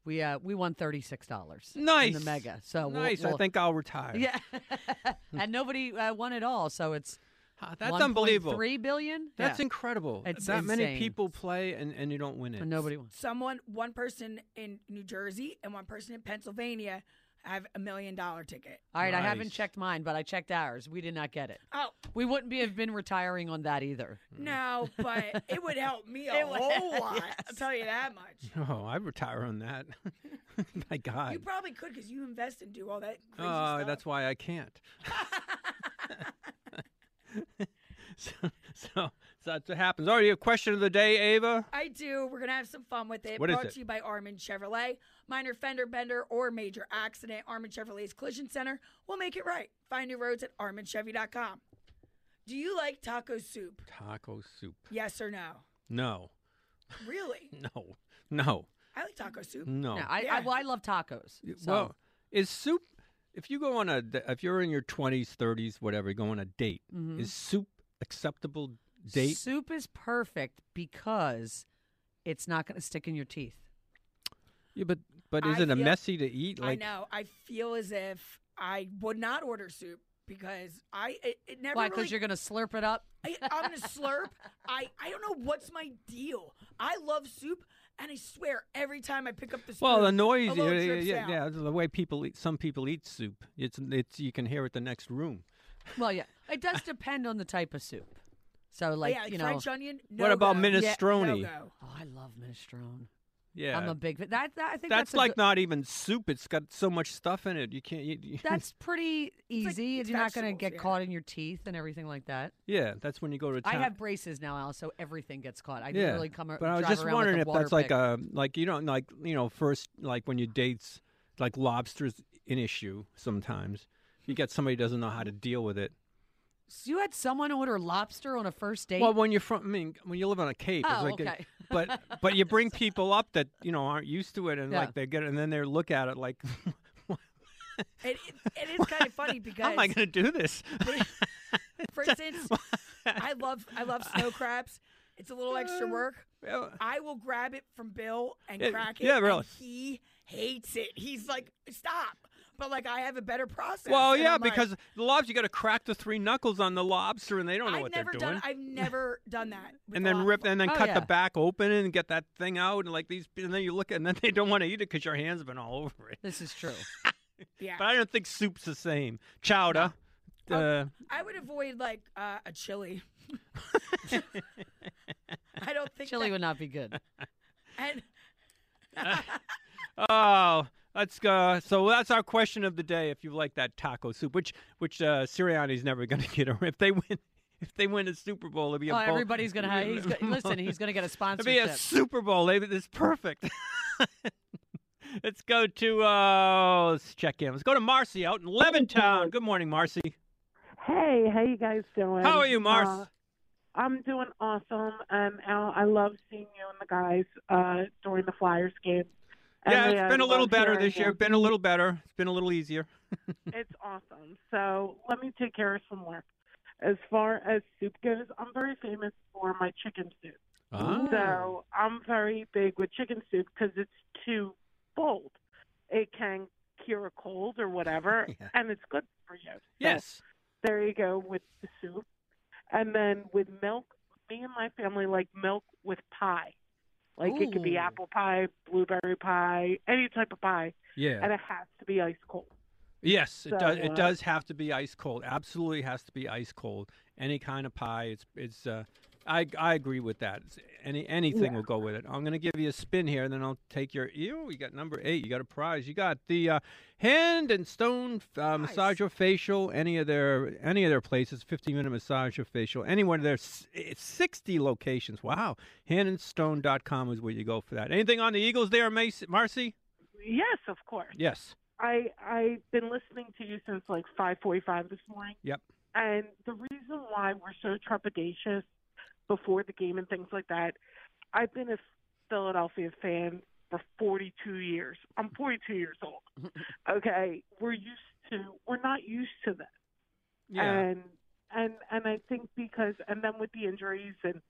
B: We uh we won thirty six dollars.
A: nice.
B: in the mega. So we'll-
A: nice.
B: We'll,
A: I think I'll retire.
B: Yeah, and nobody uh, won at all. So it's
A: Ah, that's unbelievable.
B: Three billion.
A: That's
B: yeah.
A: incredible.
B: It's
A: that many
B: insane.
A: people play and, and you don't win it.
B: And nobody won.
I: Someone, one person in New Jersey and one person in Pennsylvania I have a million dollar ticket.
B: All right, I haven't
A: Nice.
B: checked mine, but I checked ours. We did not get it.
I: Oh.
B: We wouldn't be have been retiring on that either.
A: Hmm.
I: No, but it would help me
B: It
I: a
B: would,
I: whole lot. I'll
B: yes.
I: tell you that much.
A: Oh, I'd retire on that.
I: You
A: My God.
I: probably could because you invest and do all that
A: Oh,
I: crazy stuff.
A: that's why I can't. so, so, so that's what happens. All right, you have question of the day, Ava?
I: I do. We're gonna have some fun with it.
A: What is
I: Brought
A: it?
I: to you by Armin Chevrolet. Minor fender bender or major accident, Armin Chevrolet's Collision Center will make it right. Find your roads at arminchevy.com. Do you like taco soup?
A: Taco soup.
I: Yes or no?
A: No,
I: Really?
A: no, no,
I: I like taco soup.
A: no.
B: No, I, I,
I: Yeah.
B: well, I love tacos.
A: Y-
B: So.
A: Well, is soup? If you go on a, d- if you're in your twenties, thirties, whatever, you go on a date,
B: Mhm.
A: is soup acceptable date?
B: Soup is perfect because it's not going to stick in your teeth.
A: Yeah, but but is
I: I
A: it a
I: feel-
A: messy to eat? Like
I: I know. I feel as if I would not order soup because I it, it never
B: Why? Because
I: really
B: you're going to slurp it up.
I: I, I'm gonna slurp. I, I don't know what's my deal. I love soup, and I swear every time I pick up the spoon,
A: Well, the
I: a
A: noise,
I: little
A: yeah, yeah,
I: drips
A: yeah,
I: out.
A: yeah, the way people eat. Some people eat soup. It's it's you can hear it the next room.
B: Well, yeah, it does depend on the type of soup. So, like
I: yeah,
B: you know,
I: French onion. No
A: what about
I: go.
A: minestrone?
I: Yeah, no go.
B: oh, I love minestrone.
A: Yeah,
B: I'm a big fan. That, that I think that's,
A: that's,
B: a
A: like
B: good-
A: not even soup. It's got so much stuff in it. You can't. You, you-
B: That's pretty
I: like
B: easy. you're not going to
I: vegetables,
B: get
I: yeah.
B: caught in your teeth and everything like that.
A: yeah, that's when you go to.
B: I
A: town.
B: have braces now, Al, so everything gets caught. I
A: yeah,
B: literally come. ar-
A: but I was
B: drive
A: just
B: around with
A: wondering
B: a
A: if
B: water
A: that's like
B: pick.
A: a like you don't like you know first like when you dates like lobsters an issue sometimes. You get somebody who doesn't know how to deal with it.
B: So you had someone order lobster on a first date.
A: Well, when you're from, I mean, when you live on a cape,
B: Oh,
A: it's like, a-
B: okay.
A: but but you bring people up that you know aren't used to it, and
B: Yeah.
A: like they get, and then they look at it like,
I: It, it, it is kind of funny because,
A: how am I going to do this?
I: for instance, I love I love snow crabs. It's a little extra work. I will grab it from Bill and
A: Yeah,
I: crack it.
A: yeah,
I: and
A: really.
I: he hates it. He's like, stop. But like, I have a better process.
A: well,
I: and
A: yeah,
I: I'm like,
A: because the lobster, you got to crack the three knuckles on the lobster, and they don't know
I: I've
A: what
I: never
A: they're doing.
I: done. I've never done that. with
A: and then
I: lob-
A: rip, and then
B: Oh,
A: cut
B: yeah.
A: the back open, and get that thing out, and like these, and then you look, at, and then they don't want to eat it because your hands have been all over it.
B: this is true.
I: Yeah.
A: But I don't think soup's the same. Chowder, uh,
I: I would avoid like uh, a chili. I don't think
B: Chili
I: that-
B: would not be good.
I: and
A: Oh, let's go. So that's our question of the day. If you like that taco soup, which which uh, Sirianni's never going to get, or if they win, if they win a Super Bowl, it'll be a
B: Oh,
A: bowl-
B: everybody's gonna have. He's go- listen, he's gonna get a
A: it'll
B: sponsorship.
A: be a Super Bowl. They- It's perfect. let's go to uh, let's check in. Let's go to Marcy out in Levittown. Good morning, Marcy.
J: Hey, how you guys doing?
A: How are you, Marcy?
J: Uh, I'm doing awesome. Um, Al, I love seeing you and the guys uh, during the Flyers game. And
A: yeah,
J: I
A: it's been a little
J: love
A: better
J: hearing
A: this year.
J: you.
A: Been a little better. It's been a little easier.
J: It's awesome. So let me take care of some work. As far as soup goes, I'm very famous for my chicken soup. Ah. So
A: Ah.
J: I'm very big with chicken soup because it's too bold. It can cure a cold or whatever,
A: Yeah.
J: and it's good for you. So
A: yes.
J: there you go with the soup. And then with milk, me and my family like milk with pie. Like it could
B: Ooh.
J: be apple pie, blueberry pie, any type of pie,
A: Yeah.
J: and it has to be ice cold.
A: Yes, it
J: So,
A: does. It
J: uh,
A: does have to be ice cold. Absolutely has to be ice cold. Any kind of pie. It's it's. Uh, I I agree with that. It's- any anything
J: Yeah.
A: will go with it. I'm gonna give you a spin here, and then I'll take your. Ew, you got number eight. You got a prize. You got the uh, hand and stone uh, massage or facial. Any of their any of their places. 15 minute massage or facial. Any one of their s- it's 60 locations. Wow. Handandstone.com is where you go for that. Anything on the Eagles there, Macy, Marcy?
J: Yes, of course.
A: Yes.
J: I I've been listening to you since like 5:45 this morning.
A: Yep.
J: And the reason why we're so trepidatious before the game and things like that, I've been a Philadelphia fan for 42 years. I'm 42 years old. Okay, we're used to we're not used to this.
A: Yeah.
J: And and and I think because and then with the injuries and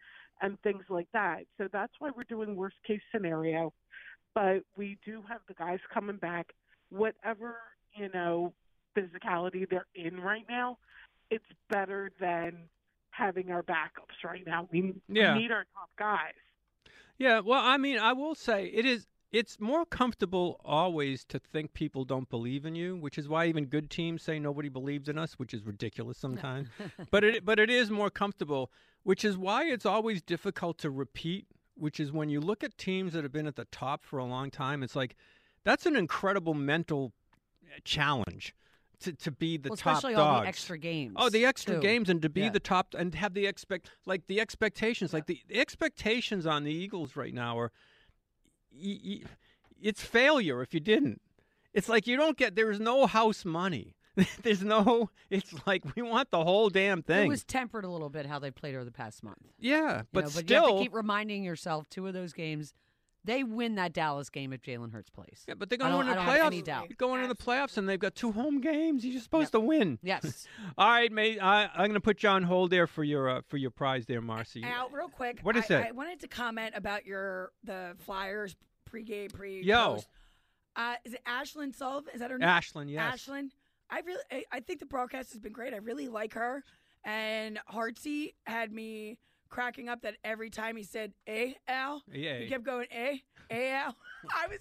J: and things like that. So that's why we're doing worst case scenario. But we do have the guys coming back whatever, you know, physicality they're in right now, it's better than having our backups right now. We, we
A: Yeah.
J: need our top guys.
A: Yeah, well, I mean, I will say it is it's more comfortable always to think people don't believe in you, which is why even good teams say nobody believes in us, which is ridiculous sometimes. but it but it is more comfortable, which is why it's always difficult to repeat, which is when you look at teams that have been at the top for a long time, it's like that's an incredible mental eh, challenge to, to be the
B: Well,
A: top
B: especially all
A: dogs.
B: the extra games.
A: Oh, the extra
B: too.
A: games and to be
B: Yeah.
A: the top and have the expect like the expectations, like the, the expectations on the Eagles right now are, y- y- it's failure if you didn't. It's like you don't get there is no house money. There's no. It's like we want the whole damn thing.
B: It was tempered a little bit how they played over the past month. You
A: yeah, but
B: know, but you have
A: still.
B: to keep reminding yourself two of those games. They win that Dallas game if Jalen Hurts plays.
A: yeah, but they're
B: I
A: going
B: don't- I
A: into the
B: don't
A: playoffs.
B: have any doubt.
A: Going into the playoffs, and they've got two home games. You're supposed to win.
B: Yes.
A: All right, mate. I, I'm going to put you on hold there for your uh, for your prize there, Marcy.
I: Al, real quick.
A: What is
I: I,
A: it?
I: I wanted to comment about your the Flyers pregame pre.
A: Yo.
I: post. Uh, is it Ashlyn Sullivan? Is that her name?
A: Ashlyn, yes.
I: Ashlyn. I really, I, I think the broadcast has been great. I really like her. And Hartsey had me cracking up that every time he said "eh, Al,"
A: Yeah.
I: he kept going "eh, eh, Al." I was,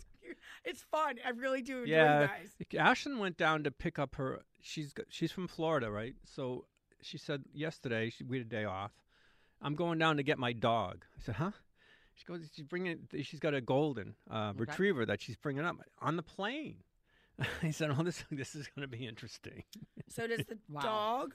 I: it's fun. I really do enjoy you guys.
A: Ashton went down to pick up her. She's g- she's from Florida, right? So she said yesterday she, we had a day off. I'm going down to get my dog. I said, huh? She goes. She's bringing. She's got a golden uh,
K: Okay.
A: retriever that she's bringing up on the plane. I said, oh, this this is going to be interesting.
I: So does the dog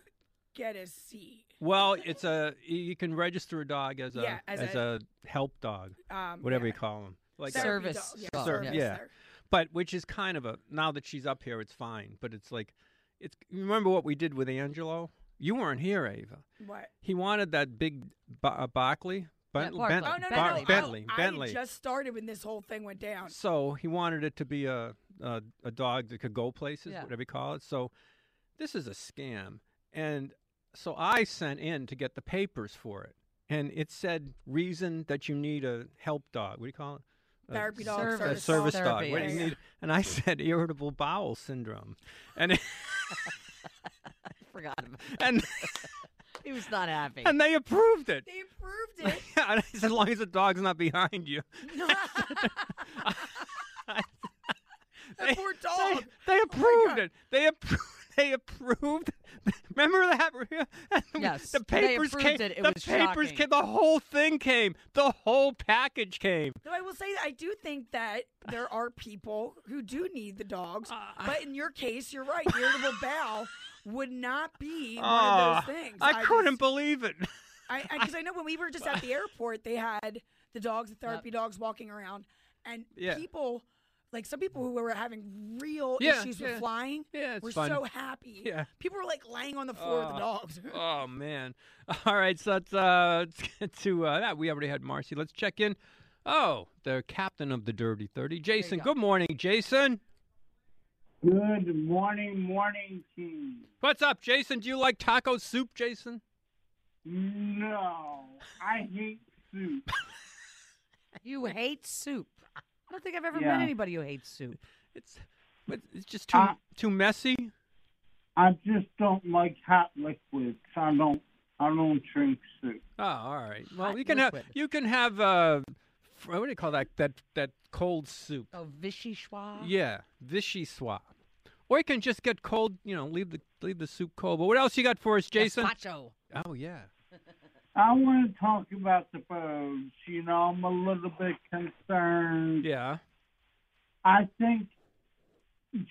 I: get a seat?
A: Well, it's a you can register a dog as a
I: Yeah, as
A: a,
I: a-
A: help dog,
I: Um,
A: whatever
I: yeah.
A: you call them,
I: Therapy Service dog, yeah. dog,
A: Ser-
I: yes.
A: yeah.
I: Ther-
A: But which is kind of a now that she's up here, it's fine. But it's like, it's you remember what we did with Angelo? You weren't here, Ava.
I: What?
A: He wanted that big ba- uh, Barkley, Bent-
I: Barkley.
A: Bent-
I: Oh, no, no,
A: Bar-
I: no. I-
A: Bentley,
I: I,
A: Bentley.
I: just started when this whole thing went down.
A: So he wanted it to be a a, a dog that could go places,
I: Yeah.
A: whatever you call it. So this is a scam, and so I sent in to get the papers for it, and it said reason that you need a help dog. What do you call it? A
I: Therapy dog, service
A: service, a
I: dog.
A: service dog.
I: Therapy,
A: What do
I: yeah,
A: you
I: yeah.
A: need? And I said irritable bowel syndrome, and it-
B: Forgot about
A: and
B: He was not happy.
A: and they approved it.
I: They approved it.
A: Yeah, and I said, as long as the dog's not behind you.
I: That poor
B: Oh,
I: dog.
A: They, approved it. They approved. They approved. Remember that?
B: Yes,
A: The
B: they
A: papers
B: approved
A: came.
B: it. It
A: the
B: was
A: papers
B: shocking.
A: came. The whole thing came. The whole package came.
I: Though I will say that I do think that there are people who do need the dogs,
A: Uh,
I: but in your case, you're right. Irritable bowel would not be one of
A: Oh,
I: those things.
A: I, couldn't believe it.
I: Because I, because I know when we were just at the airport, they had the dogs, the therapy dogs, walking around, and
A: Yeah.
I: people. Like some people who were having real
A: Yeah,
I: issues
A: yeah.
I: with flying
A: Yeah, it's
I: were
A: fun.
I: so happy.
A: Yeah.
I: People were like laying on the floor with the
A: Oh,
I: dogs.
A: oh man! All right, so let's, uh, let's get to uh, that. We already had Marcy. Let's check in. Oh, the captain of the Dirty Thirty, Jason. Good morning, Jason.
F: Good morning, morning team.
A: What's up, Jason? Do you like taco soup, Jason?
F: No, I hate soup.
B: You hate soup. I don't think I've ever
F: Yeah.
B: met anybody who hates soup.
A: It's but it's just too too messy.
F: I just don't like hot liquids. I don't. I don't drink soup.
A: Oh, all right. Well,
F: Hot
A: you can have
F: liquid.
A: you can have uh, fr- what do you call that that that cold soup?
B: Oh, Vichyssoise.
A: Yeah, vichyssoise. Or you can just get cold. You know, leave the leave the soup cold. But what else you got for us, Jason?
B: Gazpacho.
A: Oh yeah.
F: I want to talk about the birds. You know, I'm a little bit concerned.
A: Yeah.
F: I think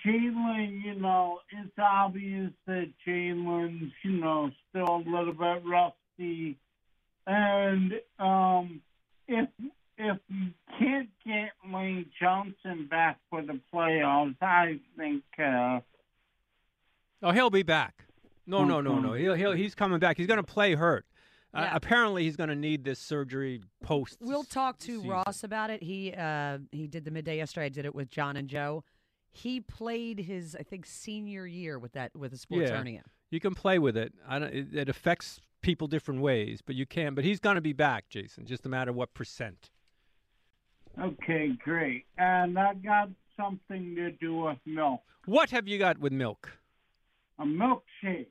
F: Jalen, you know, it's obvious that Jalen's, you know, still a little bit rusty. And um, if if you can't get Lane Johnson back for the playoffs, I think uh,
A: Oh, he'll be back. No, no, no, no. He'll, he'll he's coming back. He's going to play hurt. Uh,
B: Yeah.
A: Apparently, he's going to need this surgery post.
B: We'll talk to
A: season.
B: Ross about it. He uh, he did the midday yesterday. I did it with John and Joe. He played his I think senior year with that with a sports hernia.
A: You can play with it. I don't, it, it affects people different ways, but you can. But he's going to be back, Jason. Just a matter of what percent.
F: okay, great. And I got something to do with milk,
A: What have you got with milk?
F: a milkshake.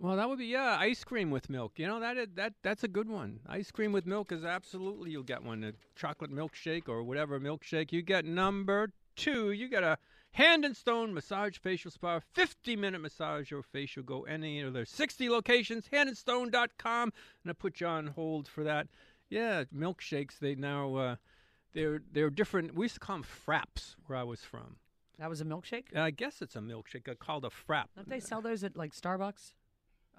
A: Well, that would be yeah, ice cream with milk. You know that is, that that's a good one. Ice cream with milk is absolutely you'll get one. A chocolate milkshake or whatever milkshake you get. Number two, you get a hand and stone massage facial spa, 50 minute massage or facial. Go any of their 60 locations. Handandstone.com, and I put you on hold for that. Yeah, milkshakes. They now uh, they're they're different. We used to call them fraps where I was from.
B: That was a milkshake.
A: I guess it's a milkshake uh, called a frap.
B: Don't they sell those at like Starbucks?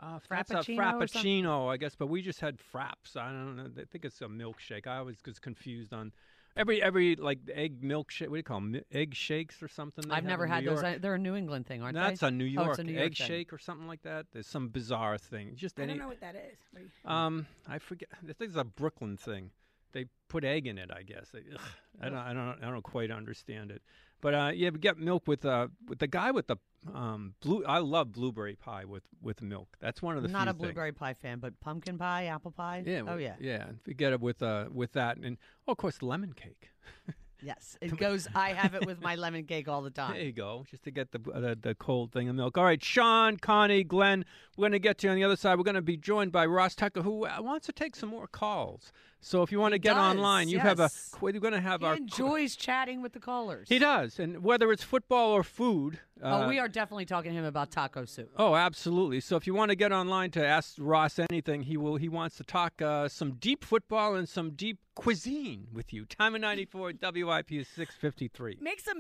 A: Uh, That's a frappuccino, I guess, but we just had fraps. I don't know. I think it's a milkshake. I was just confused on every every like egg milkshake. What do you call 'em? Mi- Egg shakes or something? they
B: I've
A: have
B: never
A: in
B: had
A: New
B: those.
A: York?
B: I- They're a New England thing, aren't
A: That's
B: they?
A: a New
B: Oh,
A: York,
B: it's a New York
A: egg
B: thing.
A: shake or something like that. There's some bizarre thing. Just
I: I
A: any.
I: don't know what that is. What do you-
A: Um, I forget. I think it's a Brooklyn thing. They put egg in it, I guess. They- ugh, I don't, I don't, I don't quite understand it. But uh, yeah, we get milk with uh, with the guy with the um blue. I love blueberry pie with with milk. That's one of the
B: I'm not
A: few
B: a
A: things.
B: blueberry pie fan, but pumpkin pie, apple pie.
A: Yeah.
B: Oh
A: w-
B: yeah.
A: Yeah. We get it with uh with that and oh, of course lemon cake.
B: Yes, it goes. I have it with my lemon cake all the time.
A: There you go. Just to get the, uh, the the cold thing of milk. All right, Sean, Connie, Glenn. We're going to get to you on the other side. We're going to be joined by Ross Tucker, who uh, wants to take some more calls. So if you want to get
B: does,
A: online, you have a.
B: yes.
A: qu- We're going to have
B: He
A: our. qu-
B: enjoys chatting with the callers.
A: he does, and whether it's football or food.
B: oh,
A: uh,
B: we are definitely talking to him about taco soup.
A: Oh, absolutely. So if you want to get online to ask Ross anything, he will. He wants to talk uh, some deep football and some deep cuisine with you. Time of ninety four WIP is six fifty three.
I: Make some